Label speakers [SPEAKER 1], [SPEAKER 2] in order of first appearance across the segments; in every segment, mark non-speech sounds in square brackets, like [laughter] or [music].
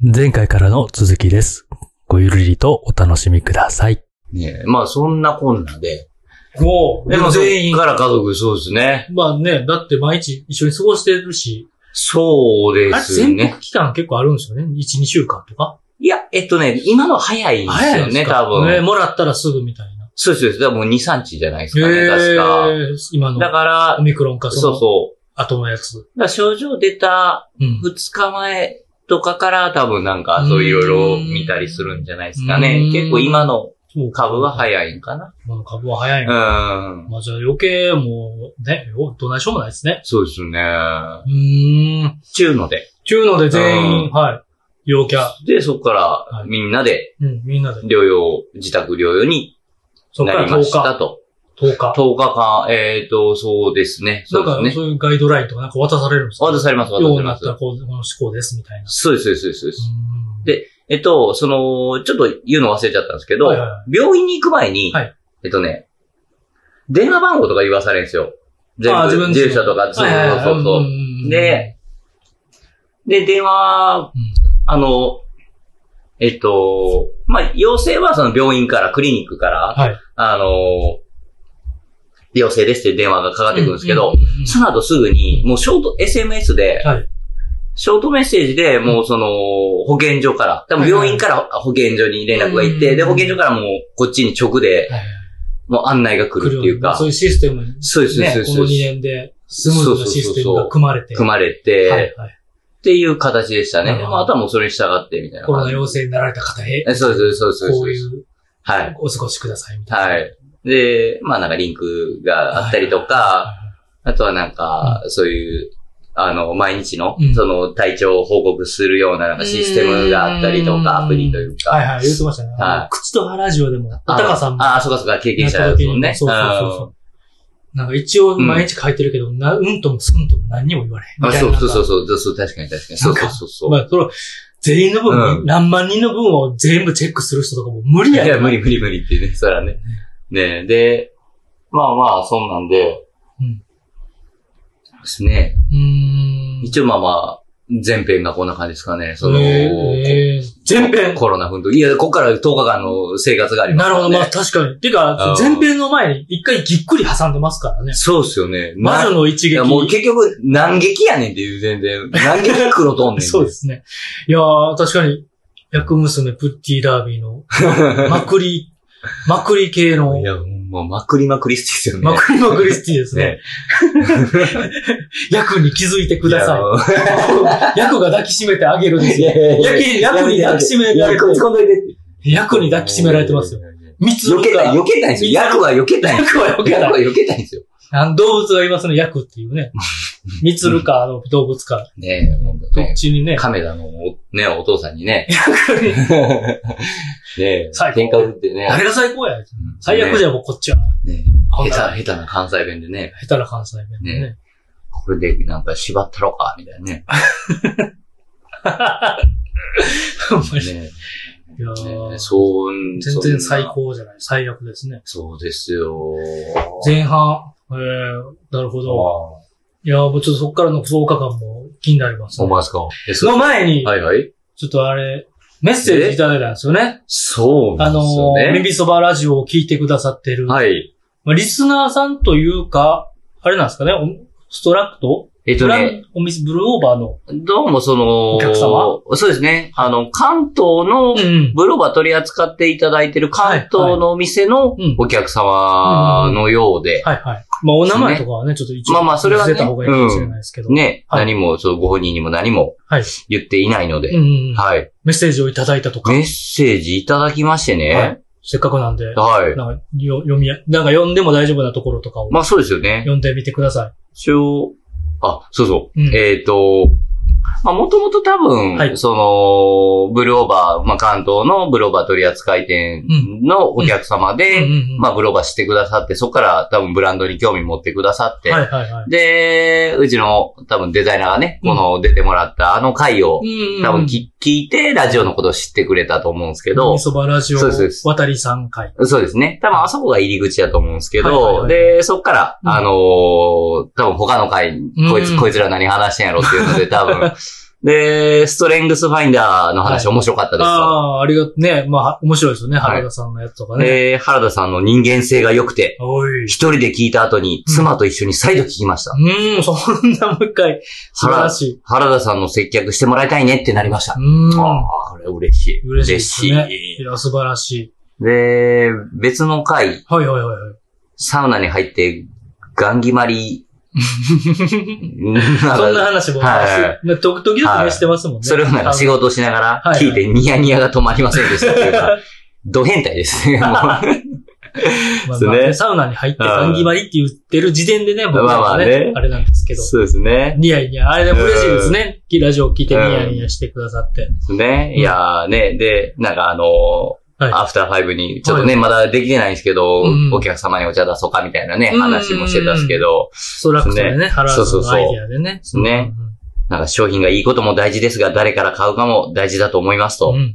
[SPEAKER 1] 前回からの続きです。ごゆるりとお楽しみください。
[SPEAKER 2] ねえまあそんなこんなで。
[SPEAKER 3] もう、
[SPEAKER 2] でも全員から家族、そうですね。
[SPEAKER 3] まあね、だって毎日一緒に過ごしてるし、
[SPEAKER 2] そうで
[SPEAKER 3] あれ
[SPEAKER 2] す
[SPEAKER 3] 潜
[SPEAKER 2] ね
[SPEAKER 3] 伏。期間結構あるんですよね。1、2週間とか。
[SPEAKER 2] いや、えっとね、今の早いんですよ
[SPEAKER 3] ん
[SPEAKER 2] ね、
[SPEAKER 3] です
[SPEAKER 2] 多
[SPEAKER 3] かね、
[SPEAKER 2] 分。
[SPEAKER 3] もらったらすぐみたいな。
[SPEAKER 2] そうですそうです。だからもう2、3日じゃないですかね、確か。
[SPEAKER 3] えー、今の
[SPEAKER 2] だから
[SPEAKER 3] オ、ミクロンかそ
[SPEAKER 2] そう
[SPEAKER 3] の
[SPEAKER 2] そう。
[SPEAKER 3] 後のやつ。
[SPEAKER 2] だから症状出た
[SPEAKER 3] うん。
[SPEAKER 2] 2日前とかから多分なんかそういろいろ見たりするんじゃないですかね
[SPEAKER 3] う。ん
[SPEAKER 2] 結構今の
[SPEAKER 3] そうか
[SPEAKER 2] 株は早いんかな。
[SPEAKER 3] 今の株は早いな。
[SPEAKER 2] うん。
[SPEAKER 3] まあじゃあ余計もう、ね、よどないしょうもないですね。
[SPEAKER 2] そうですね。
[SPEAKER 3] うーん。
[SPEAKER 2] ちゅうので。
[SPEAKER 3] ちゅうので全
[SPEAKER 2] う
[SPEAKER 3] 員、
[SPEAKER 2] ん
[SPEAKER 3] はい。陽キャ。
[SPEAKER 2] で、そこか
[SPEAKER 3] は
[SPEAKER 2] ら
[SPEAKER 3] い
[SPEAKER 2] みんなで
[SPEAKER 3] うん、みんなで。
[SPEAKER 2] 療養、自宅療養に
[SPEAKER 3] そっか
[SPEAKER 2] な
[SPEAKER 3] ら
[SPEAKER 2] りま
[SPEAKER 3] 10
[SPEAKER 2] した
[SPEAKER 3] 日。
[SPEAKER 2] と。
[SPEAKER 3] 10日。
[SPEAKER 2] 10日間、えっ、と、そうですね。
[SPEAKER 3] な
[SPEAKER 2] そ
[SPEAKER 3] んか
[SPEAKER 2] う、ですね。
[SPEAKER 3] そういうガイドラインとかなんか渡されるんですか
[SPEAKER 2] 渡されます、渡
[SPEAKER 3] よう
[SPEAKER 2] され
[SPEAKER 3] にな
[SPEAKER 2] ま
[SPEAKER 3] っ
[SPEAKER 2] す。
[SPEAKER 3] たこうこの思考です、みたいな。
[SPEAKER 2] そうです、そうです、そうです。
[SPEAKER 3] うん
[SPEAKER 2] でえっと、その、ちょっと言うの忘れちゃったんですけど、
[SPEAKER 3] はいはいは
[SPEAKER 2] 病院に行く前に、
[SPEAKER 3] はい
[SPEAKER 2] えっとね、電話番号とか言わされるんですよ。全
[SPEAKER 3] あ
[SPEAKER 2] 部、
[SPEAKER 3] 自分
[SPEAKER 2] 住所とか、そうそうそうそう。で、で、電話、
[SPEAKER 3] うん
[SPEAKER 2] あの、えっと、まあ、要請はその病院から、クリニックから、
[SPEAKER 3] はい
[SPEAKER 2] あの、要請ですって電話がかかってくるんですけ
[SPEAKER 3] う
[SPEAKER 2] ど、
[SPEAKER 3] んうんうんうん
[SPEAKER 2] その後すぐに、もうショート、SMS で、
[SPEAKER 3] はい
[SPEAKER 2] ショートメッセージで、もうその、保健所から、多分病院から保健所に連絡が行って、
[SPEAKER 3] うん
[SPEAKER 2] で、保健所からもうこっちに直で、
[SPEAKER 3] はいはい
[SPEAKER 2] もう案内が来るっていうか
[SPEAKER 3] そう、いうシステム、ね、
[SPEAKER 2] そうです、そうです、
[SPEAKER 3] こ
[SPEAKER 2] そ
[SPEAKER 3] の
[SPEAKER 2] う
[SPEAKER 3] 2
[SPEAKER 2] です。
[SPEAKER 3] 年でスムーズなシステムが組まれて、
[SPEAKER 2] 組まれ
[SPEAKER 3] は
[SPEAKER 2] て、
[SPEAKER 3] いはい、
[SPEAKER 2] っていう形でしたね。
[SPEAKER 3] なるほど
[SPEAKER 2] まあ、あとはもうそれに従って、みたいな
[SPEAKER 3] コロ
[SPEAKER 2] 感
[SPEAKER 3] ナ
[SPEAKER 2] じ。
[SPEAKER 3] 陽性になられた方へ、
[SPEAKER 2] えそうです、そうです、そうで
[SPEAKER 3] こ
[SPEAKER 2] す。そ
[SPEAKER 3] う
[SPEAKER 2] うで
[SPEAKER 3] い
[SPEAKER 2] す
[SPEAKER 3] う
[SPEAKER 2] はい。
[SPEAKER 3] お過ごしくださいみたいな。
[SPEAKER 2] はい。で、まあなんかリンクがあったりとか、あとはなんか、そういう、あの、毎日の
[SPEAKER 3] う、ん
[SPEAKER 2] その、体調を報告するようななんかシステムがあったりとか、アプリというか。
[SPEAKER 3] はいはい、言ってましたね。
[SPEAKER 2] はい
[SPEAKER 3] 口と歯ラジオでも、おたかさんも、
[SPEAKER 2] ああ、そうかそうか、経験者ですもんね。
[SPEAKER 3] そうそうそうそう。なんか一応毎日書いてるけど、なうんともすんとも何にも言われへん
[SPEAKER 2] う
[SPEAKER 3] み
[SPEAKER 2] んあ
[SPEAKER 3] たいな。
[SPEAKER 2] そうそうそううそう、そう確かに確かに。そうそうそうそう。
[SPEAKER 3] まあ、その、全員の分、
[SPEAKER 2] う
[SPEAKER 3] 何万人の分を全部チェックする人とかもう無理や
[SPEAKER 2] い
[SPEAKER 3] ん
[SPEAKER 2] や、無理無理無理ってね、そ [laughs] らね。ねで、まあまあ、そんなんで、
[SPEAKER 3] うん
[SPEAKER 2] ですね。
[SPEAKER 3] うーん。
[SPEAKER 2] 一応まあまあ、前編がこんな感じですかね。その、
[SPEAKER 3] えーえー前編。
[SPEAKER 2] コロナ奮闘。いや、ここから10日間の生活があります
[SPEAKER 3] なる
[SPEAKER 2] から、
[SPEAKER 3] ほ
[SPEAKER 2] ね。
[SPEAKER 3] ど、まあ確かに。てか
[SPEAKER 2] う、ん
[SPEAKER 3] 前編の前に一回ぎっくり挟んでますからね。
[SPEAKER 2] そうっすよね。
[SPEAKER 3] 魔
[SPEAKER 2] な
[SPEAKER 3] 女の一
[SPEAKER 2] い
[SPEAKER 3] 撃
[SPEAKER 2] や、。もう結局、何劇やねんっていう、全然。何劇黒とんねん。
[SPEAKER 3] そうですね。いやー、確かに、薬娘プッティダービー
[SPEAKER 2] [laughs]
[SPEAKER 3] の、まくり、まくり系の
[SPEAKER 2] い、や、もう、まくりまくりっすよね。
[SPEAKER 3] まくりまくりスティですね
[SPEAKER 2] ね。
[SPEAKER 3] 役に気づいてください。[laughs]
[SPEAKER 2] い
[SPEAKER 3] 役が抱きしめてあげるんですよ。
[SPEAKER 2] や。いや
[SPEAKER 3] 役
[SPEAKER 2] い
[SPEAKER 3] に役
[SPEAKER 2] や
[SPEAKER 3] に抱きしめられて
[SPEAKER 2] いや、突っ込んどいてって
[SPEAKER 3] 役に抱きしめられてますよ。。密度
[SPEAKER 2] 避けたい、
[SPEAKER 3] が
[SPEAKER 2] 避けたいんですよ。役は避けたいんです
[SPEAKER 3] 役
[SPEAKER 2] よ。
[SPEAKER 3] は避けたい
[SPEAKER 2] 役は避けたいんですよ。
[SPEAKER 3] あの動物がいますね、役っていうね。
[SPEAKER 2] [laughs]
[SPEAKER 3] ミツルか、あの、動物か。
[SPEAKER 2] ねえ、ほんと
[SPEAKER 3] どっ
[SPEAKER 2] ね。
[SPEAKER 3] ちにね、
[SPEAKER 2] カメラの、ね、お父さんにね。
[SPEAKER 3] 役に。
[SPEAKER 2] ねえ、
[SPEAKER 3] 最高
[SPEAKER 2] 喧嘩売ってね。
[SPEAKER 3] 誰が最高や。最悪じ
[SPEAKER 2] ゃ
[SPEAKER 3] ゃもうこっちは。
[SPEAKER 2] ね
[SPEAKER 3] あ
[SPEAKER 2] え
[SPEAKER 3] んな
[SPEAKER 2] 下手、下手な関西弁でね。
[SPEAKER 3] 下手な関西弁でね。
[SPEAKER 2] これでなんか縛ったろか、みたいなね。
[SPEAKER 3] ほんまにい
[SPEAKER 2] ね
[SPEAKER 3] や
[SPEAKER 2] ね
[SPEAKER 3] ー
[SPEAKER 2] そう、
[SPEAKER 3] 全然最
[SPEAKER 2] そんな。
[SPEAKER 3] 高じゃない。最悪ですね。
[SPEAKER 2] そうですよ。
[SPEAKER 3] 前半、えー、なるほど。
[SPEAKER 2] ああ
[SPEAKER 3] いやーもうちょっとそっからの10日間も気になります
[SPEAKER 2] そう
[SPEAKER 3] ね。
[SPEAKER 2] なんですか。え
[SPEAKER 3] そ
[SPEAKER 2] そ
[SPEAKER 3] の前に、
[SPEAKER 2] はいはい。
[SPEAKER 3] ちょっとあれ、メッセージいただいたんですよね。
[SPEAKER 2] そうな
[SPEAKER 3] あ
[SPEAKER 2] ん
[SPEAKER 3] の
[SPEAKER 2] ですよ
[SPEAKER 3] ー、
[SPEAKER 2] ね。
[SPEAKER 3] 耳そばラジオを聞いてくださってる、
[SPEAKER 2] はい。
[SPEAKER 3] まあ、リスナーさんというか、あれなんですかね、おストラクト
[SPEAKER 2] えっと
[SPEAKER 3] ブラ
[SPEAKER 2] ね、
[SPEAKER 3] ン、お店、ブルーオーバーの。
[SPEAKER 2] どうもその、
[SPEAKER 3] お客様
[SPEAKER 2] そうですね。あの、関東の、
[SPEAKER 3] ん。
[SPEAKER 2] ブロバ取り扱っていただいてる関東のお店の
[SPEAKER 3] いはいうん
[SPEAKER 2] お客様のようで、
[SPEAKER 3] はいはい。まあ、お名前とかはね、ちょっと一応、
[SPEAKER 2] まあまあそれはね
[SPEAKER 3] 出た方がいいかもしれないですけど。
[SPEAKER 2] ね、
[SPEAKER 3] はい
[SPEAKER 2] 何も、そうご本人にも何も
[SPEAKER 3] はい。
[SPEAKER 2] 言っていないの
[SPEAKER 3] うん
[SPEAKER 2] で、
[SPEAKER 3] うんうん。
[SPEAKER 2] はい。
[SPEAKER 3] メッセージをいただいたとか
[SPEAKER 2] メ、ッセージいただきましてね。
[SPEAKER 3] せっかくなんで、
[SPEAKER 2] はい。
[SPEAKER 3] なんかよ読みや、なんか読んでも大丈夫なところとかを
[SPEAKER 2] まあそうですよね。
[SPEAKER 3] 読んでみてくださ
[SPEAKER 2] 一応、あ、そうそう。
[SPEAKER 3] うん
[SPEAKER 2] えっ、と、まあもともと多分、
[SPEAKER 3] はい
[SPEAKER 2] その、ブルオーバー、まあ関東のブルオーバー取扱店のお客様
[SPEAKER 3] い。
[SPEAKER 2] で、
[SPEAKER 3] うんうんうん
[SPEAKER 2] まあブルオーバーしてくださって、そこから多分ブランドに興味持ってくださって、
[SPEAKER 3] はいはいはい。
[SPEAKER 2] で、うちの多分デザイナーがね、この出てもらったあの回を、多分き聞いて、ラジオのことを知ってくれたと思うんですけど、
[SPEAKER 3] 耳そばラジオ、
[SPEAKER 2] そうですそうです
[SPEAKER 3] 渡り3回。
[SPEAKER 2] そうですね。多分あそこが入り口だと思うんですけど、
[SPEAKER 3] はいはいはい
[SPEAKER 2] で、そっから、
[SPEAKER 3] うん
[SPEAKER 2] あのー多分他の回、こいつ、
[SPEAKER 3] うん [laughs]
[SPEAKER 2] こいつら何話してんやろっていうので、多分、で、ストレングスファインダーの話、
[SPEAKER 3] はい
[SPEAKER 2] 面白かったですよ。
[SPEAKER 3] ああー、ありがとね。まあ、面白いですよね。
[SPEAKER 2] はい
[SPEAKER 3] 原田さんのやつとかね。
[SPEAKER 2] で、原田さんの人間性が良くて、
[SPEAKER 3] おい。
[SPEAKER 2] 一人で聞いた後に妻と一緒に再度聞きました。
[SPEAKER 3] うーん、そんなもう一回。素晴らしい。
[SPEAKER 2] 原田さんの接客してもらいたいねってなりました。
[SPEAKER 3] うーん。
[SPEAKER 2] ああ、これ嬉しい。
[SPEAKER 3] 嬉しいですね
[SPEAKER 2] 嬉
[SPEAKER 3] いや、素晴らしい。
[SPEAKER 2] いで、別の回、
[SPEAKER 3] はいはいはいはい。
[SPEAKER 2] サウナに入って、ガンギ
[SPEAKER 3] [laughs]
[SPEAKER 2] マリ、
[SPEAKER 3] そんな
[SPEAKER 2] なんか
[SPEAKER 3] 話も、
[SPEAKER 2] はいは
[SPEAKER 3] ね時々よく
[SPEAKER 2] は
[SPEAKER 3] ね、
[SPEAKER 2] い
[SPEAKER 3] してますもんね。
[SPEAKER 2] それをなんか仕事をしながら
[SPEAKER 3] はいはい
[SPEAKER 2] 聞いてニヤニヤが止まりませんでしたってい
[SPEAKER 3] [laughs]
[SPEAKER 2] うか、ド変態ですね。もうまあ
[SPEAKER 3] まあ
[SPEAKER 2] ですね
[SPEAKER 3] まあねサウナに入ってガンギマリって言ってる時点でね、僕らは
[SPEAKER 2] まあまあね
[SPEAKER 3] ね、あれなんですけど。
[SPEAKER 2] そうですね。
[SPEAKER 3] ニヤニヤ、あれでも嬉しいですね。ラジオ聞いてニヤニヤしてくださって。
[SPEAKER 2] ですね。いやーね、で、なんかあのー
[SPEAKER 3] はい
[SPEAKER 2] アフターファイブに、ちょっとね、まだできてないんですけど、
[SPEAKER 3] うん
[SPEAKER 2] お客様にお茶出そうかみたいなね、
[SPEAKER 3] うん
[SPEAKER 2] 話もしてたんですけど、
[SPEAKER 3] ストラクチャーでね、原田さんのアイディアでね。
[SPEAKER 2] そうそうね
[SPEAKER 3] うんうん
[SPEAKER 2] なんか商品がいいことも大事ですが、誰から買うかも大事だと思いますと。
[SPEAKER 3] うんうん。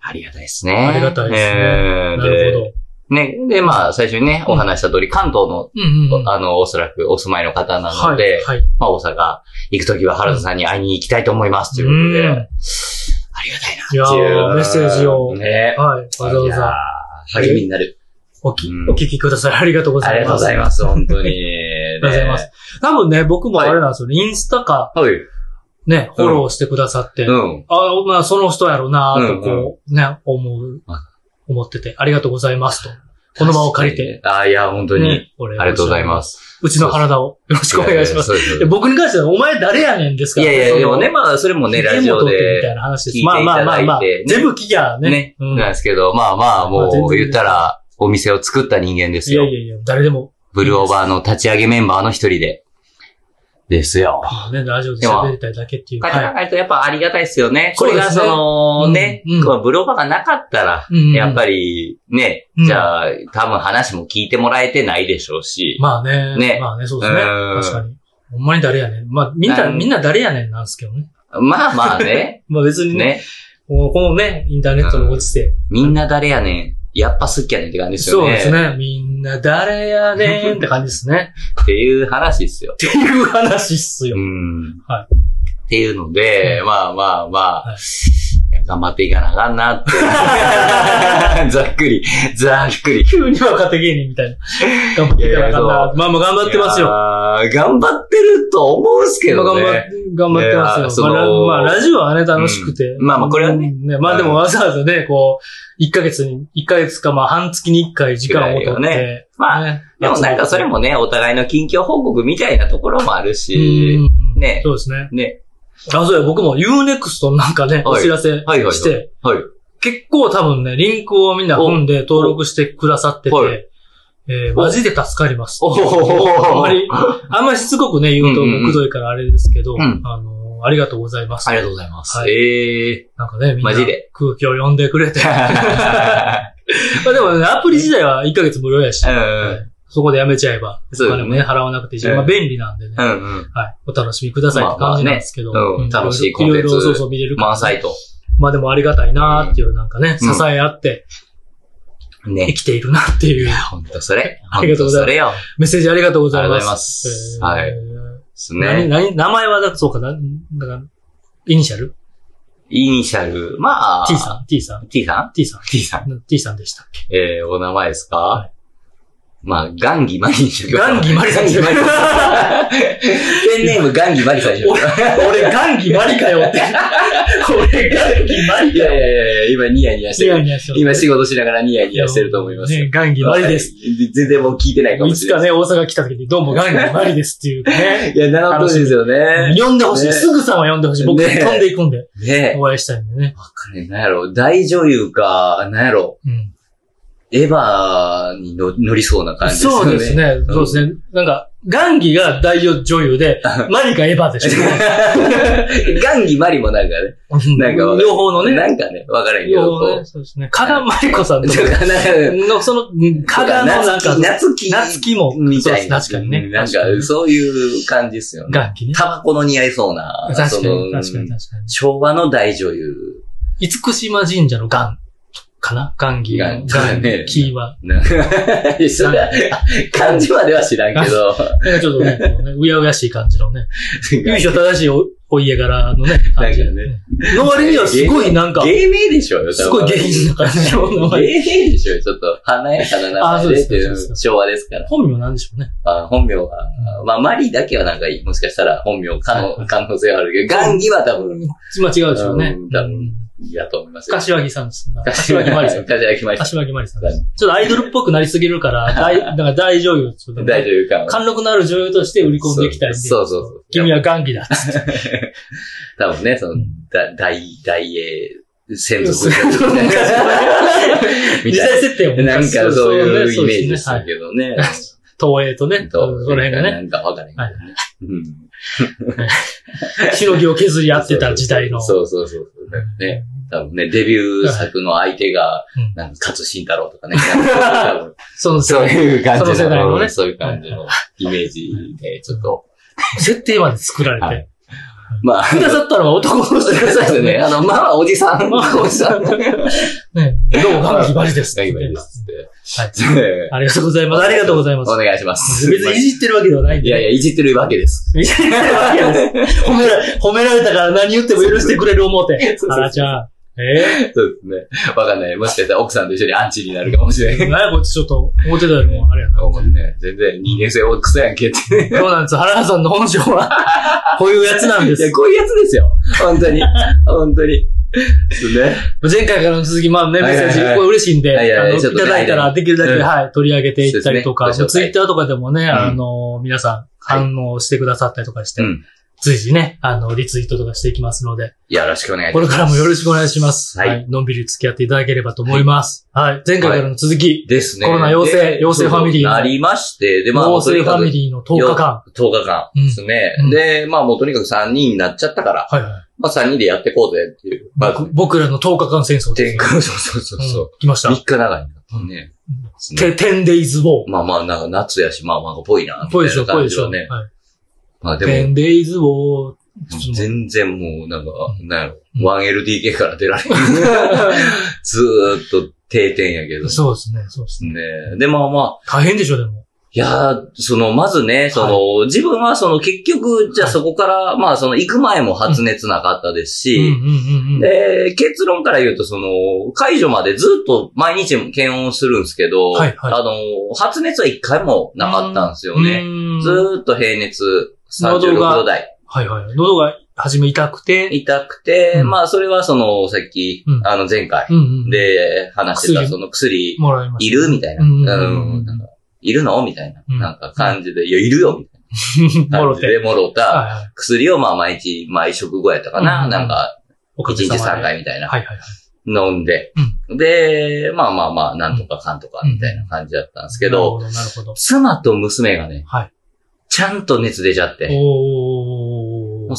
[SPEAKER 2] ありがたいですね。
[SPEAKER 3] ありがたいですね
[SPEAKER 2] えー
[SPEAKER 3] なるほど。
[SPEAKER 2] でね、で、まあ、最初にね、
[SPEAKER 3] うん
[SPEAKER 2] お話した通り、関東の、
[SPEAKER 3] うんうん。
[SPEAKER 2] あの、おそらくお住まいの方な
[SPEAKER 3] は
[SPEAKER 2] の
[SPEAKER 3] い。
[SPEAKER 2] で、
[SPEAKER 3] はい。
[SPEAKER 2] まあ、大阪行くときは原田さんに会いに行きたいと思います、ということで、
[SPEAKER 3] うん
[SPEAKER 2] あ
[SPEAKER 3] いや
[SPEAKER 2] りがたいなっていう。
[SPEAKER 3] ーメッセージを。はい。
[SPEAKER 2] ね。
[SPEAKER 3] わざわ
[SPEAKER 2] いや
[SPEAKER 3] ざ
[SPEAKER 2] ー励みになる。
[SPEAKER 3] おき
[SPEAKER 2] うん
[SPEAKER 3] お聞きください。ありがとうご
[SPEAKER 2] あ
[SPEAKER 3] ざ
[SPEAKER 2] り
[SPEAKER 3] い
[SPEAKER 2] がとう
[SPEAKER 3] ま
[SPEAKER 2] ご
[SPEAKER 3] す。
[SPEAKER 2] ざいます、
[SPEAKER 3] [laughs]
[SPEAKER 2] 本当に。あ
[SPEAKER 3] が
[SPEAKER 2] り
[SPEAKER 3] とうございます。多分ね、僕もあれなんですよね。インスタか、
[SPEAKER 2] はい。
[SPEAKER 3] ね、フォローしてくださって。
[SPEAKER 2] うん。
[SPEAKER 3] あまあ、その人やろうなと、
[SPEAKER 2] うん
[SPEAKER 3] こう、ね、思う
[SPEAKER 2] はい、
[SPEAKER 3] 思ってて、ありがとうございますと。この場を借りて。。
[SPEAKER 2] あーいや、本当に。
[SPEAKER 3] ね、俺
[SPEAKER 2] ありがとうございま。す。
[SPEAKER 3] うちの体をよろしくお願いします。
[SPEAKER 2] そうです。
[SPEAKER 3] いや僕に関しては、お前誰やねんですか
[SPEAKER 2] い
[SPEAKER 3] ら
[SPEAKER 2] やいや、
[SPEAKER 3] その
[SPEAKER 2] でもね、まあ、それもね、ラジオ
[SPEAKER 3] 意見も取ってみた
[SPEAKER 2] で
[SPEAKER 3] い、な話です
[SPEAKER 2] 聞いてい
[SPEAKER 3] まあまあ
[SPEAKER 2] ただいて
[SPEAKER 3] まあまあ、
[SPEAKER 2] ね
[SPEAKER 3] 全部聞きゃね。
[SPEAKER 2] ね、
[SPEAKER 3] うん
[SPEAKER 2] なんですけど、まあまあ、
[SPEAKER 3] まあ全
[SPEAKER 2] もう
[SPEAKER 3] 然
[SPEAKER 2] 言ったら、お店を作った人間です
[SPEAKER 3] いや
[SPEAKER 2] よ
[SPEAKER 3] い。やいや、誰でも、
[SPEAKER 2] ブルーオーバーの立ち上げメンバーの一人で。ですよ。
[SPEAKER 3] ね、ラジオで喋りたいだけっていう。
[SPEAKER 2] 考
[SPEAKER 3] はい。
[SPEAKER 2] えるとやっぱありがたいですよね。こ
[SPEAKER 3] そう
[SPEAKER 2] れ
[SPEAKER 3] ですね
[SPEAKER 2] がそのね、
[SPEAKER 3] うんうん
[SPEAKER 2] このブルーオーバーがなかったら、
[SPEAKER 3] うんうん
[SPEAKER 2] やっぱりね、
[SPEAKER 3] うん
[SPEAKER 2] じゃあ多分話も聞いてもらえてないでしょうし、
[SPEAKER 3] まあね。
[SPEAKER 2] ね
[SPEAKER 3] まあね、そうですね。
[SPEAKER 2] うん
[SPEAKER 3] 確かに。ほんまに誰やねん。まあ、みんな、
[SPEAKER 2] うん
[SPEAKER 3] みんな誰やねんなんですけどね。
[SPEAKER 2] まあまあね、
[SPEAKER 3] まあ別に [laughs] ね、
[SPEAKER 2] ね、
[SPEAKER 3] もうこのね、インターネットのご時世。
[SPEAKER 2] みんな誰やねん、やっぱ好きやねんって感じですよ
[SPEAKER 3] そう
[SPEAKER 2] ね。
[SPEAKER 3] ですね。みんな誰やねんって感じです
[SPEAKER 2] [laughs]
[SPEAKER 3] ね。
[SPEAKER 2] っていう話ですよ。
[SPEAKER 3] っていう話っすよ
[SPEAKER 2] う。ん。
[SPEAKER 3] は
[SPEAKER 2] っていうので、まあまあまあ、 [laughs]
[SPEAKER 3] はい
[SPEAKER 2] 頑張っていかなあかんな
[SPEAKER 3] [laughs]
[SPEAKER 2] って。ざっくり、ざっくり。
[SPEAKER 3] 急に若手芸人みたいな。頑張っていかなあかん
[SPEAKER 2] いやいや
[SPEAKER 3] な
[SPEAKER 2] そ。
[SPEAKER 3] まあまあ頑張ってます
[SPEAKER 2] いや
[SPEAKER 3] よ。
[SPEAKER 2] ー頑張ってると思うんすけ
[SPEAKER 3] まあ
[SPEAKER 2] ど
[SPEAKER 3] 頑張っ
[SPEAKER 2] ね。
[SPEAKER 3] 頑張ってますよ。
[SPEAKER 2] い
[SPEAKER 3] まあ
[SPEAKER 2] やその
[SPEAKER 3] ラまあラジオはね、楽しくて
[SPEAKER 2] う。んまあまあこれはね
[SPEAKER 3] うん。まあでもわざわざね、こう、1ヶ月に、1ヶ月かまあ半月に1回時間を取っ
[SPEAKER 2] ぐらいよ
[SPEAKER 3] て。
[SPEAKER 2] まあ
[SPEAKER 3] ね
[SPEAKER 2] でもなんかそれもね、お互いの近況報告みたいなところもある
[SPEAKER 3] う
[SPEAKER 2] し、
[SPEAKER 3] ん
[SPEAKER 2] ね
[SPEAKER 3] そうですね。
[SPEAKER 2] ね。
[SPEAKER 3] あ、そうや、僕も Unext のなんかね、お
[SPEAKER 2] はい
[SPEAKER 3] 知らせ
[SPEAKER 2] はいはいはい
[SPEAKER 3] して、
[SPEAKER 2] はい。
[SPEAKER 3] 結構多分ね、リンクをみんな踏んで登録してくださって
[SPEAKER 2] は
[SPEAKER 3] て、えーマジで助かります。
[SPEAKER 2] おー
[SPEAKER 3] あんまり、あんまりしつこくね、言うと
[SPEAKER 2] うんうんう
[SPEAKER 3] く
[SPEAKER 2] ん
[SPEAKER 3] どいからあれですけど、
[SPEAKER 2] うん
[SPEAKER 3] あのー、ありがとうございます。
[SPEAKER 2] ありがとうございます。
[SPEAKER 3] はい
[SPEAKER 2] ええ
[SPEAKER 3] なんかね、みんな
[SPEAKER 2] マジで
[SPEAKER 3] 空気を読んでくれ [laughs] て。
[SPEAKER 2] ー。
[SPEAKER 3] まあでもね、アプリ自体は1ヶ月無料やし、
[SPEAKER 2] うん
[SPEAKER 3] そこでやめちゃえば、お
[SPEAKER 2] そうです
[SPEAKER 3] 金
[SPEAKER 2] ね
[SPEAKER 3] もね、払わなくていいし、
[SPEAKER 2] うん
[SPEAKER 3] まあ便利なんでね、
[SPEAKER 2] う
[SPEAKER 3] はい、
[SPEAKER 2] んうん。
[SPEAKER 3] お楽しみくださいって感じなんですけど、
[SPEAKER 2] まあまあねうん楽しいコンテンツ
[SPEAKER 3] いろいろそうそう見れるから
[SPEAKER 2] 満載と。
[SPEAKER 3] まあでもありがたいなーっていう、なんかね、
[SPEAKER 2] うん
[SPEAKER 3] 支え合って生 [laughs]
[SPEAKER 2] ね。
[SPEAKER 3] きているなっていう、
[SPEAKER 2] ほんとそれ。
[SPEAKER 3] [laughs] ありがとうございます
[SPEAKER 2] ほんそれよ。
[SPEAKER 3] メッセージありがとうござい
[SPEAKER 2] あ
[SPEAKER 3] ま
[SPEAKER 2] り
[SPEAKER 3] す。
[SPEAKER 2] がとうございます
[SPEAKER 3] えー
[SPEAKER 2] はいです
[SPEAKER 3] 何、。
[SPEAKER 2] ね
[SPEAKER 3] 何、名前はだ、そうかな、だから、イニシャル
[SPEAKER 2] イニシャル、まあ。
[SPEAKER 3] ?T さん ?T さん
[SPEAKER 2] ん。T さん
[SPEAKER 3] ?T さ
[SPEAKER 2] ?T さん。
[SPEAKER 3] ん ?T さんでしたっけ
[SPEAKER 2] えー、お名前ですか、
[SPEAKER 3] は
[SPEAKER 2] まあ、ガンギマリン職業。
[SPEAKER 3] ガンギマリさん
[SPEAKER 2] ガンギマリさんペンネームガンギマリさん職業。
[SPEAKER 3] 俺、ガンギマリかよ [laughs] って。俺、ガンギマリ
[SPEAKER 2] い
[SPEAKER 3] か
[SPEAKER 2] やい
[SPEAKER 3] よ。
[SPEAKER 2] やいや、今ニヤニヤしてる。今仕事しながらニヤニヤしてると思いますよ。
[SPEAKER 3] ね、ガンギマリです。
[SPEAKER 2] はい。全然もう聞いてないかも
[SPEAKER 3] い
[SPEAKER 2] し
[SPEAKER 3] つ
[SPEAKER 2] れ
[SPEAKER 3] か
[SPEAKER 2] な
[SPEAKER 3] ね、
[SPEAKER 2] い。
[SPEAKER 3] 大阪来た時に、どうもガンギマリですっていうね。
[SPEAKER 2] いや、長くですよ [laughs] ね。
[SPEAKER 3] 呼んでほしい。
[SPEAKER 2] ね
[SPEAKER 3] すぐさま呼んでほしい。僕、
[SPEAKER 2] ね
[SPEAKER 3] 飛んでいくんで、
[SPEAKER 2] ねえ。
[SPEAKER 3] お会いしたいんでね。
[SPEAKER 2] わかる。なんやろ。大女優か、なんやろ。
[SPEAKER 3] うん。
[SPEAKER 2] エヴァにの乗りそうな感じですよ
[SPEAKER 3] そ
[SPEAKER 2] ね。
[SPEAKER 3] うです。ね。そうですね。なんか、ガンギが大女優で、マリがエヴァでしょ。
[SPEAKER 2] [laughs] ガンギマリもなんかね。なんかわかる
[SPEAKER 3] 両方のね。
[SPEAKER 2] なんかね、わからんけ
[SPEAKER 3] 両
[SPEAKER 2] ど。
[SPEAKER 3] 方
[SPEAKER 2] こ
[SPEAKER 3] ね。そうですね。加賀まりこさん
[SPEAKER 2] う
[SPEAKER 3] とか
[SPEAKER 2] [laughs] なんかなんか
[SPEAKER 3] の、その、うん加賀のなんか、
[SPEAKER 2] 夏木。
[SPEAKER 3] 夏木も、
[SPEAKER 2] みたい
[SPEAKER 3] そう
[SPEAKER 2] な。
[SPEAKER 3] です確かにね。
[SPEAKER 2] なんか
[SPEAKER 3] 確に、
[SPEAKER 2] そういう感じですよね。
[SPEAKER 3] 楽器ね。
[SPEAKER 2] タバコの似合いそうな。
[SPEAKER 3] 確かに、確
[SPEAKER 2] その
[SPEAKER 3] かに、確かに。
[SPEAKER 2] 昭和の大
[SPEAKER 3] [laughs]
[SPEAKER 2] 女優。
[SPEAKER 3] 厳島神社のガンかなガンギ
[SPEAKER 2] ガ
[SPEAKER 3] の
[SPEAKER 2] ン
[SPEAKER 3] ガン
[SPEAKER 2] ね
[SPEAKER 3] キーは。
[SPEAKER 2] なんかそれは漢字までは知らんけど。 [laughs]
[SPEAKER 3] なんかちょっとね、こうねうやうやしい感じのね。由緒正しいおお家柄のね、感じ。
[SPEAKER 2] だからね
[SPEAKER 3] の割にはすごいなんか、
[SPEAKER 2] 芸名でしょうよ、
[SPEAKER 3] すごい芸人な感じの名前。
[SPEAKER 2] 芸名でしょうよ、ちょっと。花や花
[SPEAKER 3] あ
[SPEAKER 2] な
[SPEAKER 3] そ
[SPEAKER 2] ん
[SPEAKER 3] うで
[SPEAKER 2] ですっていう昭和ですから。
[SPEAKER 3] 本名なんでしょうね。
[SPEAKER 2] あ本名は、まあ、マリだけはなんかいいもしかしたら本名かの可能性はあるけど、ガンギは多分、
[SPEAKER 3] まあ違うでしょうね
[SPEAKER 2] うん。多分
[SPEAKER 3] うん
[SPEAKER 2] いやと思いますよ。
[SPEAKER 3] 柏木さんです。
[SPEAKER 2] 柏
[SPEAKER 3] 柏木マリさん。
[SPEAKER 2] 木マリさん。
[SPEAKER 3] 柏木マリさんです。ちょっとアイドルっぽくなりすぎるから、大、なんか大女優。ちょっと
[SPEAKER 2] 大女優感は。
[SPEAKER 3] 貫禄のある女優として売り込んできたりして
[SPEAKER 2] そうそうそうそう
[SPEAKER 3] 君は元気だっつっ
[SPEAKER 2] 多分ね、その
[SPEAKER 3] うん、
[SPEAKER 2] だ大、大英、専
[SPEAKER 3] て。
[SPEAKER 2] 属
[SPEAKER 3] そう
[SPEAKER 2] みた
[SPEAKER 3] 昔は
[SPEAKER 2] [laughs] い
[SPEAKER 3] ね時
[SPEAKER 2] な
[SPEAKER 3] 代設定も昔
[SPEAKER 2] なんかそういうイメージで
[SPEAKER 3] ね
[SPEAKER 2] し
[SPEAKER 3] そう
[SPEAKER 2] た
[SPEAKER 3] ですね
[SPEAKER 2] けどね。
[SPEAKER 3] はい東映とね、 [laughs] そ
[SPEAKER 2] ど
[SPEAKER 3] の
[SPEAKER 2] う
[SPEAKER 3] 辺がね、
[SPEAKER 2] なんかわからへんけどね。うん
[SPEAKER 3] しのぎを削り合ってた時代の。
[SPEAKER 2] そうそうそうそう。ね。多分ね、デビュー作の相手が
[SPEAKER 3] うん、
[SPEAKER 2] なんか、勝慎太郎とかね。多分
[SPEAKER 3] その
[SPEAKER 2] そういう感じ
[SPEAKER 3] その世代のね
[SPEAKER 2] そういう感じのイメージで、ちょっと。
[SPEAKER 3] 設定まで作ら
[SPEAKER 2] は
[SPEAKER 3] れて
[SPEAKER 2] い。 [laughs] まあ、
[SPEAKER 3] くださったのは男の人
[SPEAKER 2] そうですよ [laughs] ね。あの、まあ、おじさん。まあ、おじさん。
[SPEAKER 3] ね、どうも元気バリです。
[SPEAKER 2] はい、です
[SPEAKER 3] はい。
[SPEAKER 2] って。
[SPEAKER 3] ありがとうございます。ありがとうございま
[SPEAKER 2] お
[SPEAKER 3] す。
[SPEAKER 2] 願いします。
[SPEAKER 3] 別にいじってるわけではないん
[SPEAKER 2] い
[SPEAKER 3] で。
[SPEAKER 2] やいや、いじってるわけです。
[SPEAKER 3] いじってるわけではない [laughs] 褒められ、褒められたから何言っても許してくれる思うて。
[SPEAKER 2] そうそうそう
[SPEAKER 3] あらちゃん。え
[SPEAKER 2] そうですね。わかんない。もしかしたら奥さんと一緒にアンチになるかもしれ
[SPEAKER 3] え
[SPEAKER 2] [laughs] ない。
[SPEAKER 3] なんやこっちちょっと思ってたよりもあれ [laughs] やな。
[SPEAKER 2] もうね、全然人間性奥さんやんけってね。
[SPEAKER 3] そうなんです。原田さんの本性は、 [laughs] こういうやつなんで
[SPEAKER 2] いや、
[SPEAKER 3] す。
[SPEAKER 2] こういうやつですよ。本 [laughs] 当に。本当 [laughs] に。ですね。
[SPEAKER 3] 前回からの続き、まあね、メ
[SPEAKER 2] はいはい
[SPEAKER 3] ッ
[SPEAKER 2] はい
[SPEAKER 3] セージ、これ嬉しいんで、
[SPEAKER 2] はいはい
[SPEAKER 3] あ
[SPEAKER 2] はい
[SPEAKER 3] の、い
[SPEAKER 2] ちょっとね
[SPEAKER 3] ただいたら、できるだけ、
[SPEAKER 2] うん
[SPEAKER 3] はい、取り上げていったりとか、
[SPEAKER 2] そうです
[SPEAKER 3] ツ
[SPEAKER 2] ね
[SPEAKER 3] イッターとかでもね、
[SPEAKER 2] ん
[SPEAKER 3] あの、皆さん、反応してくださったりとかして、
[SPEAKER 2] うん。
[SPEAKER 3] 随時ね、あの、リツイートとかしていきますので、
[SPEAKER 2] よろしくお願いし
[SPEAKER 3] こ
[SPEAKER 2] ま
[SPEAKER 3] れ
[SPEAKER 2] す。
[SPEAKER 3] からもよろしくお願いします。
[SPEAKER 2] はい
[SPEAKER 3] のんびり付き合っていただければと思います。はい。前回からの続き、
[SPEAKER 2] ですね。
[SPEAKER 3] コロナ陽性
[SPEAKER 2] で
[SPEAKER 3] 陽性
[SPEAKER 2] そうそう
[SPEAKER 3] ファミリー
[SPEAKER 2] なりまして、で、まあ、
[SPEAKER 3] 陽性ファミ
[SPEAKER 2] ー。
[SPEAKER 3] リーの10日間。
[SPEAKER 2] 10日間ですね
[SPEAKER 3] うんうん。
[SPEAKER 2] で、まあもうとにかく3人になっちゃったから、
[SPEAKER 3] はいはい。
[SPEAKER 2] まあ3人でやってこうぜっていう。まあ、 [laughs]
[SPEAKER 3] 僕僕らの10日間戦争です
[SPEAKER 2] 天
[SPEAKER 3] ね。
[SPEAKER 2] 下、そうそうそうそう。
[SPEAKER 3] うん来ました
[SPEAKER 2] 3。日長いな。ね。ですね
[SPEAKER 3] テ10 days war。
[SPEAKER 2] まあまあ、なんか夏やし、まあまあ、ぽいな。
[SPEAKER 3] ぽいでしょ、ぽいでしょ。
[SPEAKER 2] みたいな感じはね。
[SPEAKER 3] はい
[SPEAKER 2] まあでも、
[SPEAKER 3] 10 days war。
[SPEAKER 2] 全然もう、なんか、なんやろ
[SPEAKER 3] う、ん
[SPEAKER 2] 1LDK から出られる。
[SPEAKER 3] [laughs]
[SPEAKER 2] ずーっと定点やけど。
[SPEAKER 3] そうですね、そうですね。
[SPEAKER 2] ね。で、まあまあ、
[SPEAKER 3] 大変でしょ、でも。
[SPEAKER 2] いやーその、まずね、その、自分はその、結局、じゃあ
[SPEAKER 3] はい
[SPEAKER 2] そこから、まあ、その、行く前も発熱なかったです
[SPEAKER 3] うんうん
[SPEAKER 2] し、
[SPEAKER 3] うんうん。
[SPEAKER 2] で、結論から言うと、その、解除までずっと毎日検温するんですけど、
[SPEAKER 3] はいはい
[SPEAKER 2] あの、発熱は一回もなかったんですよね。
[SPEAKER 3] うん
[SPEAKER 2] ずーっと平熱
[SPEAKER 3] 喉
[SPEAKER 2] 36
[SPEAKER 3] が
[SPEAKER 2] 度台。
[SPEAKER 3] はいはい。喉が初め痛くて、
[SPEAKER 2] 痛くて、
[SPEAKER 3] うん
[SPEAKER 2] まあ、それはその、さっき、
[SPEAKER 3] うん
[SPEAKER 2] あの、前回
[SPEAKER 3] うんうん、
[SPEAKER 2] で話してた、
[SPEAKER 3] 薬
[SPEAKER 2] その薬、
[SPEAKER 3] もらいま
[SPEAKER 2] い
[SPEAKER 3] した。
[SPEAKER 2] るみたいな。
[SPEAKER 3] うん
[SPEAKER 2] うんなんかいるのみたいな。
[SPEAKER 3] うん
[SPEAKER 2] なんか感じで、いや、いるよみたいな。
[SPEAKER 3] [laughs] もろ
[SPEAKER 2] 感じ
[SPEAKER 3] て。
[SPEAKER 2] でもろ
[SPEAKER 3] は
[SPEAKER 2] た
[SPEAKER 3] いはい。
[SPEAKER 2] 薬をまあ毎日、毎食後やったか
[SPEAKER 3] うんうん
[SPEAKER 2] な、
[SPEAKER 3] うん
[SPEAKER 2] なんか、
[SPEAKER 3] お
[SPEAKER 2] 1
[SPEAKER 3] かげさ
[SPEAKER 2] 日
[SPEAKER 3] まで
[SPEAKER 2] 3回みたいな、
[SPEAKER 3] はいはいはい。
[SPEAKER 2] 飲んで、で、まあまあまあ、なんとかかんとかみたいな感じだったんですけど、
[SPEAKER 3] なるほど、なるほど。
[SPEAKER 2] 妻と娘がね、
[SPEAKER 3] はい
[SPEAKER 2] ちゃんと熱出ちゃって、
[SPEAKER 3] お
[SPEAKER 2] もう
[SPEAKER 3] ー。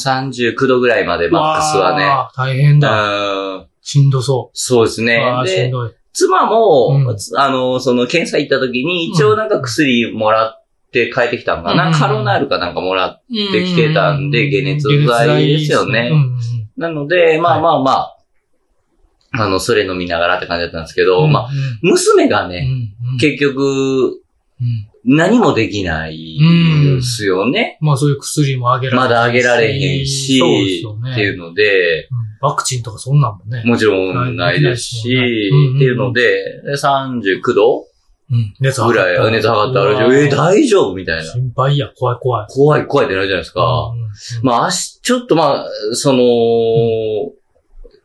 [SPEAKER 2] 39度ぐらいまでマックスはね、
[SPEAKER 3] わー大変
[SPEAKER 2] う
[SPEAKER 3] だ。
[SPEAKER 2] ーん
[SPEAKER 3] しんどそ
[SPEAKER 2] そうです
[SPEAKER 3] う。
[SPEAKER 2] ね
[SPEAKER 3] あ。ーしん
[SPEAKER 2] で、
[SPEAKER 3] どい。
[SPEAKER 2] 妻も、
[SPEAKER 3] うん
[SPEAKER 2] あの、その検査行った時に、一応なんか薬もらって帰ってきたんか
[SPEAKER 3] う
[SPEAKER 2] な、
[SPEAKER 3] ん
[SPEAKER 2] カロナールかなんかもらっ
[SPEAKER 3] で
[SPEAKER 2] きてたんで解熱剤ですよね
[SPEAKER 3] うんうん
[SPEAKER 2] なので、ま
[SPEAKER 3] は
[SPEAKER 2] あ
[SPEAKER 3] い
[SPEAKER 2] まあまあ、あの、それ飲みながらって感じだったんですけど、
[SPEAKER 3] うん。
[SPEAKER 2] まあ、娘がね、
[SPEAKER 3] あ
[SPEAKER 2] 結局、
[SPEAKER 3] うん
[SPEAKER 2] 何もできないんですよね。
[SPEAKER 3] まあそういう薬もあげられ
[SPEAKER 2] まだあげられへん
[SPEAKER 3] そう
[SPEAKER 2] し、
[SPEAKER 3] ですよね
[SPEAKER 2] っていうので、
[SPEAKER 3] うんワクチンとかそんなんもね。
[SPEAKER 2] もちろんないですし、
[SPEAKER 3] ないですもんねうんうん
[SPEAKER 2] っていうので、39度
[SPEAKER 3] うん熱
[SPEAKER 2] ぐらい、熱測ったら、
[SPEAKER 3] うわー
[SPEAKER 2] えー、大丈夫みたいな。
[SPEAKER 3] 心配や、怖い怖い。
[SPEAKER 2] 怖い怖いってなるじゃないですか。
[SPEAKER 3] うんうん
[SPEAKER 2] まあ、足、ちょっとまあ、その、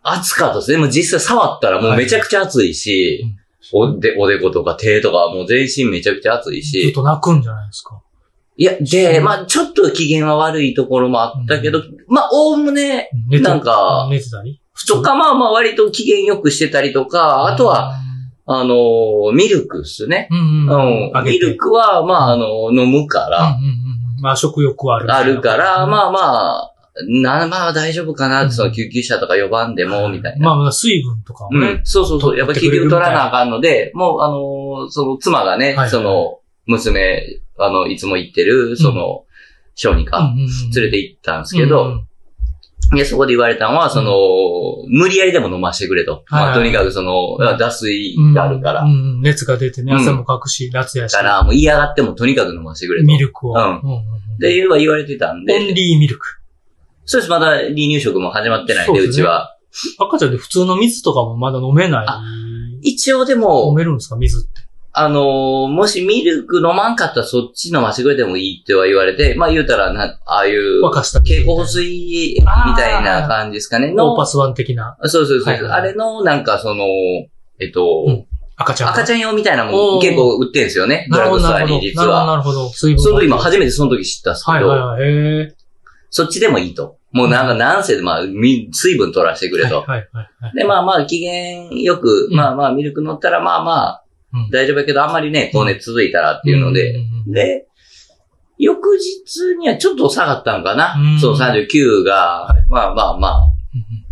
[SPEAKER 2] 暑かったですね。でも実際触ったらもうめちゃくちゃ暑いし、おで、おでことか手とかもう全身めちゃくちゃ暑い
[SPEAKER 3] ずっ
[SPEAKER 2] し、
[SPEAKER 3] と泣くんじゃないですか。
[SPEAKER 2] いや、で、
[SPEAKER 3] うん
[SPEAKER 2] まあちょっと機嫌は悪いところもあったけど、まあおおむね、
[SPEAKER 3] 寝て
[SPEAKER 2] なんか
[SPEAKER 3] 寝てたり普
[SPEAKER 2] とかまあまあ割と機嫌良くしてたりとか、あとは、、あのー、ミルクっすね。
[SPEAKER 3] うん
[SPEAKER 2] う
[SPEAKER 3] うんん。あ。げ
[SPEAKER 2] ミ
[SPEAKER 3] て
[SPEAKER 2] ルクは、まああの、飲むか
[SPEAKER 3] うん
[SPEAKER 2] ら、
[SPEAKER 3] うんうんうんまあ食欲はある。
[SPEAKER 2] あるから、
[SPEAKER 3] あ。
[SPEAKER 2] まあまあ、な、まあ大丈夫かな、
[SPEAKER 3] うん
[SPEAKER 2] その救急車とか呼ばんでも、みたいな。
[SPEAKER 3] まあまあ水分とかを
[SPEAKER 2] う
[SPEAKER 3] ね
[SPEAKER 2] ん。、そうそうそう。やっぱり結局取らなあかんので、もう、あのーその妻がね、
[SPEAKER 3] いはい
[SPEAKER 2] その、娘、あの、いつも行ってる、その、小児科、連れて
[SPEAKER 3] 行
[SPEAKER 2] 行ったんですけど、で、そこで言われたのは、その、無理やりでも飲ましてくれと。
[SPEAKER 3] はいはい
[SPEAKER 2] まあ、とにかくその、
[SPEAKER 3] うん
[SPEAKER 2] 脱水があるから。
[SPEAKER 3] 熱が出てね、
[SPEAKER 2] うん
[SPEAKER 3] 汗もかくし、夏やし
[SPEAKER 2] だか。ら、もう嫌がってもとにかく飲ましてくれと。
[SPEAKER 3] ミルクを。
[SPEAKER 2] うん
[SPEAKER 3] うんうんうん
[SPEAKER 2] っていうのは言われてたん
[SPEAKER 3] オン
[SPEAKER 2] で、
[SPEAKER 3] リーミルク。
[SPEAKER 2] そうです、まだ離乳食も始まってないんで、
[SPEAKER 3] そう
[SPEAKER 2] う
[SPEAKER 3] です
[SPEAKER 2] ち
[SPEAKER 3] ね
[SPEAKER 2] は。
[SPEAKER 3] 赤ちゃんって普通の水とかもまだ飲めない。
[SPEAKER 2] あ一応で
[SPEAKER 3] 飲
[SPEAKER 2] も、
[SPEAKER 3] めるんですか水って。
[SPEAKER 2] あのーもしミルク飲まんかったらそっち飲ましてくれてもいいっては言われて、まあ言うたらな、ああいう、
[SPEAKER 3] 沸かした水
[SPEAKER 2] 蛍光水液みたいな感じですかね。
[SPEAKER 3] オー
[SPEAKER 2] の、
[SPEAKER 3] パスワン的な
[SPEAKER 2] そうそうそう。
[SPEAKER 3] はいはいはい
[SPEAKER 2] あれの、なんかその、えっと、
[SPEAKER 3] うん赤ちゃん。
[SPEAKER 2] 赤ち
[SPEAKER 3] ゃ
[SPEAKER 2] ゃん用みたいなも
[SPEAKER 3] お
[SPEAKER 2] ん
[SPEAKER 3] ー
[SPEAKER 2] 結構売ってんですよね。ド
[SPEAKER 3] なる
[SPEAKER 2] ラッ
[SPEAKER 3] ほど、な
[SPEAKER 2] グスト
[SPEAKER 3] るほ
[SPEAKER 2] アに
[SPEAKER 3] ど。
[SPEAKER 2] 実
[SPEAKER 3] なるほど、
[SPEAKER 2] は。
[SPEAKER 3] なるほど。水分
[SPEAKER 2] その時今
[SPEAKER 3] は
[SPEAKER 2] 初めてその時知ったんですけ
[SPEAKER 3] い
[SPEAKER 2] ど、
[SPEAKER 3] はいはい。へえ。
[SPEAKER 2] そっちでもいいと。もうなんかなんせ、まあ、み水分取らせてくれと。
[SPEAKER 3] はいはいはいはい。
[SPEAKER 2] で、まあまあ、機嫌よく、
[SPEAKER 3] うん
[SPEAKER 2] まあまあ、ミルク乗ったら、まあまあ、
[SPEAKER 3] うん
[SPEAKER 2] 大丈夫やけど、あんまりね、高熱続いたらっていうので、
[SPEAKER 3] んんうん、
[SPEAKER 2] で、翌日にはちょっと下がったんかな。
[SPEAKER 3] うん
[SPEAKER 2] そう、39が、まあまあまあ、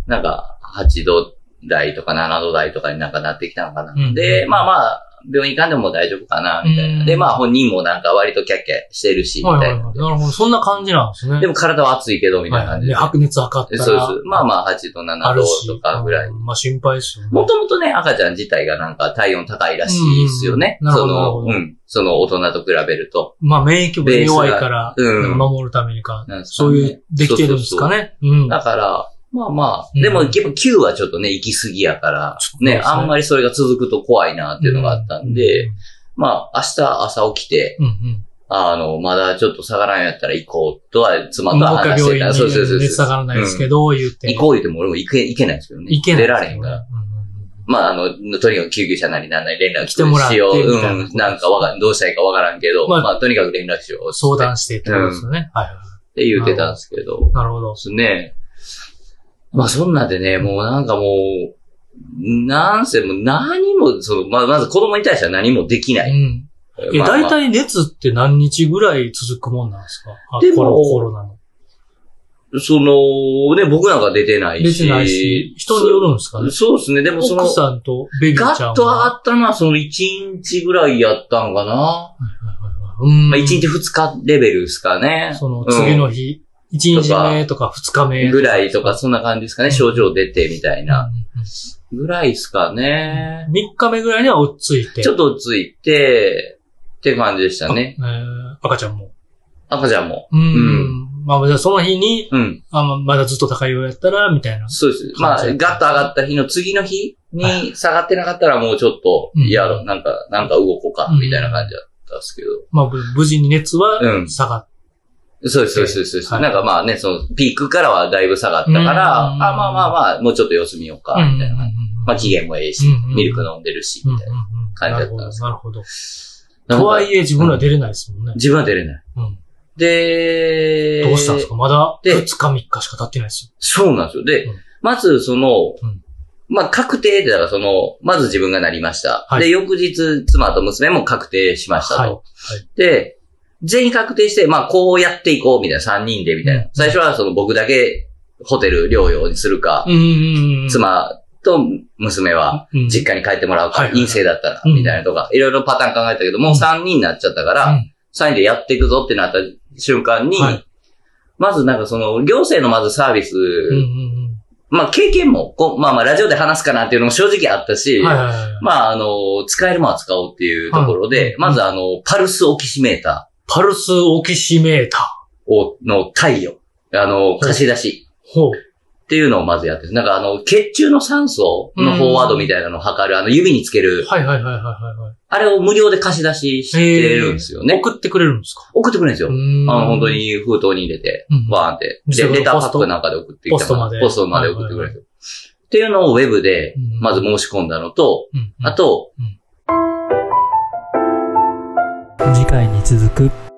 [SPEAKER 2] なんか、8度台とか7度台とかになんかなってきたのかな。
[SPEAKER 3] うん
[SPEAKER 2] で、まあまあ、病院行かんでも大丈夫かな、みたいな。
[SPEAKER 3] うん
[SPEAKER 2] で、まあ本人もなんか割とキャッキャしてるし、み
[SPEAKER 3] はいは
[SPEAKER 2] た
[SPEAKER 3] い
[SPEAKER 2] い
[SPEAKER 3] はい。
[SPEAKER 2] な。
[SPEAKER 3] なるほど。そんな感じなんですね。
[SPEAKER 2] でも体は熱いけど、みたいな
[SPEAKER 3] は
[SPEAKER 2] 感
[SPEAKER 3] い。
[SPEAKER 2] じで。
[SPEAKER 3] で、白熱測ったら。
[SPEAKER 2] そうです。まあまあ、8度、7
[SPEAKER 3] あるし
[SPEAKER 2] 度とかぐらい。
[SPEAKER 3] うんまあ心配ですよね。
[SPEAKER 2] もともとね、赤ちゃん自体がなんか体温高いらしいですよね。
[SPEAKER 3] うんうんなるほ
[SPEAKER 2] そ
[SPEAKER 3] ど
[SPEAKER 2] の、
[SPEAKER 3] なる
[SPEAKER 2] うん。その大人と比べると。
[SPEAKER 3] まあ免疫も
[SPEAKER 2] ベースが
[SPEAKER 3] 弱いから、
[SPEAKER 2] うん
[SPEAKER 3] 守るためにか
[SPEAKER 2] なん、ですか
[SPEAKER 3] そ
[SPEAKER 2] ね
[SPEAKER 3] ういう、できてるんですかね。うん。
[SPEAKER 2] だから、まあま
[SPEAKER 3] う
[SPEAKER 2] あ、
[SPEAKER 3] ん
[SPEAKER 2] でも結構9はちょっとね、行き過ぎやから、
[SPEAKER 3] うです
[SPEAKER 2] ね、
[SPEAKER 3] ね
[SPEAKER 2] あんまりそれが続くと怖いなっていうのがあったんで、、まあ明日朝起きて、
[SPEAKER 3] うんうん。
[SPEAKER 2] あの、まだちょっと下がらんやったら行こうとは、妻とは
[SPEAKER 3] もう一回
[SPEAKER 2] 話してた。
[SPEAKER 3] 病
[SPEAKER 2] そうそう
[SPEAKER 3] 院
[SPEAKER 2] そう
[SPEAKER 3] に熱
[SPEAKER 2] そ
[SPEAKER 3] 下
[SPEAKER 2] う。
[SPEAKER 3] がらないですけど、言って。
[SPEAKER 2] 行こう言っても俺も行け、行けないんですけどね。
[SPEAKER 3] 行けない。
[SPEAKER 2] 出られへんから。。まあ、あの、とにかく救急車なりなんなり連絡
[SPEAKER 3] 来てもらって
[SPEAKER 2] しよう。
[SPEAKER 3] みたいな
[SPEAKER 2] うん。なんかわかん、どうしたらいいかわからんけど、
[SPEAKER 3] まあ
[SPEAKER 2] まあ、とにかく連絡しよう。
[SPEAKER 3] 相。談してってことですよね。はいはい。
[SPEAKER 2] って言ってたんですけど。
[SPEAKER 3] なるほど
[SPEAKER 2] で。すね。まあ、そんなでね、もうなんかもう、なんせもう何も、その、まあ、まず子供に対しては何もできな
[SPEAKER 3] う
[SPEAKER 2] い。
[SPEAKER 3] ん。え、
[SPEAKER 2] まあ
[SPEAKER 3] 大
[SPEAKER 2] まあ
[SPEAKER 3] 体熱って何日ぐらい続くもんなんですかあ
[SPEAKER 2] でも
[SPEAKER 3] コロコロナの。
[SPEAKER 2] その、ね、僕なんか出てない
[SPEAKER 3] 出
[SPEAKER 2] し。
[SPEAKER 3] てないし、人によるんですかね。
[SPEAKER 2] そうですね。でもその
[SPEAKER 3] 奥、さんとベビ
[SPEAKER 2] ガ
[SPEAKER 3] ーちゃん
[SPEAKER 2] ッ
[SPEAKER 3] は。
[SPEAKER 2] と上がったのはその1日ぐらいやったんかな。
[SPEAKER 3] うん。
[SPEAKER 2] まあ、1日2日レベルですかね。
[SPEAKER 3] その次の日、一1日目とか2日目。
[SPEAKER 2] ぐらいとか、そんな感じですか
[SPEAKER 3] う
[SPEAKER 2] ね。
[SPEAKER 3] ん
[SPEAKER 2] 症状出てみたいな。
[SPEAKER 3] う
[SPEAKER 2] ぐらいですか
[SPEAKER 3] ん
[SPEAKER 2] ね。
[SPEAKER 3] 3日目ぐらいには落ち着いて。
[SPEAKER 2] ちょっとついて、って感じでしたね。
[SPEAKER 3] えー赤ちゃんも。
[SPEAKER 2] 赤ちゃんも。
[SPEAKER 3] うん。
[SPEAKER 2] ん
[SPEAKER 3] まあ、じゃあその日に、
[SPEAKER 2] うん。
[SPEAKER 3] あまあまだずっと高いようやったら、みたいな。
[SPEAKER 2] そうです。まあ、ガ
[SPEAKER 3] 感
[SPEAKER 2] ッ
[SPEAKER 3] じ
[SPEAKER 2] と上がった日の次の日
[SPEAKER 3] は
[SPEAKER 2] に下がってなかったらもうちょっと、
[SPEAKER 3] うん
[SPEAKER 2] いや、なんか、なんか動こうか
[SPEAKER 3] うん、
[SPEAKER 2] みたいな感じだったんですけど。
[SPEAKER 3] まあ、ぶ無事に熱は
[SPEAKER 2] うん
[SPEAKER 3] 下がっ
[SPEAKER 2] そうです、そうです、そうです。
[SPEAKER 3] はい
[SPEAKER 2] なんかまあね、その、ピークからはだいぶ下がったから、
[SPEAKER 3] う
[SPEAKER 2] あ
[SPEAKER 3] ん
[SPEAKER 2] まあまあまあ、もうちょっと様子見ようか、
[SPEAKER 3] た。
[SPEAKER 2] みたいな感じ。まあ、機嫌もええし
[SPEAKER 3] うん、
[SPEAKER 2] ミルク飲んでるし、
[SPEAKER 3] うんうん
[SPEAKER 2] みたいな。
[SPEAKER 3] うん
[SPEAKER 2] 感じだったん
[SPEAKER 3] なるほ
[SPEAKER 2] で
[SPEAKER 3] ど、
[SPEAKER 2] す
[SPEAKER 3] なるほど。
[SPEAKER 2] なん
[SPEAKER 3] と
[SPEAKER 2] か
[SPEAKER 3] はいえ自分ら出れないですもんね。
[SPEAKER 2] 自分は出れない。
[SPEAKER 3] うん
[SPEAKER 2] で、
[SPEAKER 3] どうしたんですかまだ
[SPEAKER 2] で
[SPEAKER 3] 2日3日しか経ってないですよ。
[SPEAKER 2] そうなんですよ。で、
[SPEAKER 3] うん
[SPEAKER 2] まずその、
[SPEAKER 3] うん
[SPEAKER 2] まあ確定で、だからその、まず自分がなりました。
[SPEAKER 3] はい
[SPEAKER 2] で、翌日、妻と娘も確定しましたと。
[SPEAKER 3] はい
[SPEAKER 2] で、全員確定して、まあこうやっていこうみたいな、3人でみたいな。
[SPEAKER 3] うん
[SPEAKER 2] 最初はその僕だけホテル療養にするか、
[SPEAKER 3] うんうんうん。
[SPEAKER 2] 妻と娘は
[SPEAKER 3] うん、
[SPEAKER 2] 実家に帰ってもらうか、
[SPEAKER 3] はいはいはい
[SPEAKER 2] 陰性だったら、
[SPEAKER 3] うん
[SPEAKER 2] みたいなとか、いろいろパターン考えたけど、もう3人になっちゃったから、
[SPEAKER 3] うん
[SPEAKER 2] 3人でやっていくぞってなった瞬間に、
[SPEAKER 3] はい
[SPEAKER 2] まずなんかその、行政のまずサービス、
[SPEAKER 3] うんうん
[SPEAKER 2] まあ経験も、こうまあまあラジオで話すかなっていうのも正直あったし、
[SPEAKER 3] うん。はいはいはい。
[SPEAKER 2] まああの、使えるものは使おうっていうところで、
[SPEAKER 3] はい
[SPEAKER 2] まずあの、パルスオキシメータ
[SPEAKER 3] パルスオキシメーター。
[SPEAKER 2] ーを、の貸与、あの、貸し出し
[SPEAKER 3] ほう。
[SPEAKER 2] っていうのをまずやってる、なんかあの、血中の酸素のフォワードみたいなのを測る、あの、指につける、
[SPEAKER 3] はいはいはいはいはいはい。
[SPEAKER 2] あれを無料で貸し出ししてるんですよね。
[SPEAKER 3] 送ってくれるんですか
[SPEAKER 2] 送ってくれるんですよ。あの、
[SPEAKER 3] の
[SPEAKER 2] 本当。に封筒に入れて、
[SPEAKER 3] うん
[SPEAKER 2] バーンって。
[SPEAKER 3] 自
[SPEAKER 2] で、
[SPEAKER 3] 分の
[SPEAKER 2] レターパ
[SPEAKER 3] ポ
[SPEAKER 2] ッ
[SPEAKER 3] スト
[SPEAKER 2] クなんかで送ってきた
[SPEAKER 3] ポストまで
[SPEAKER 2] ポストまで送ってくれる。っていうのをウェブで
[SPEAKER 3] うん、
[SPEAKER 2] まず申し込んだのと、
[SPEAKER 3] うんうん
[SPEAKER 2] あと、
[SPEAKER 1] 次回に続く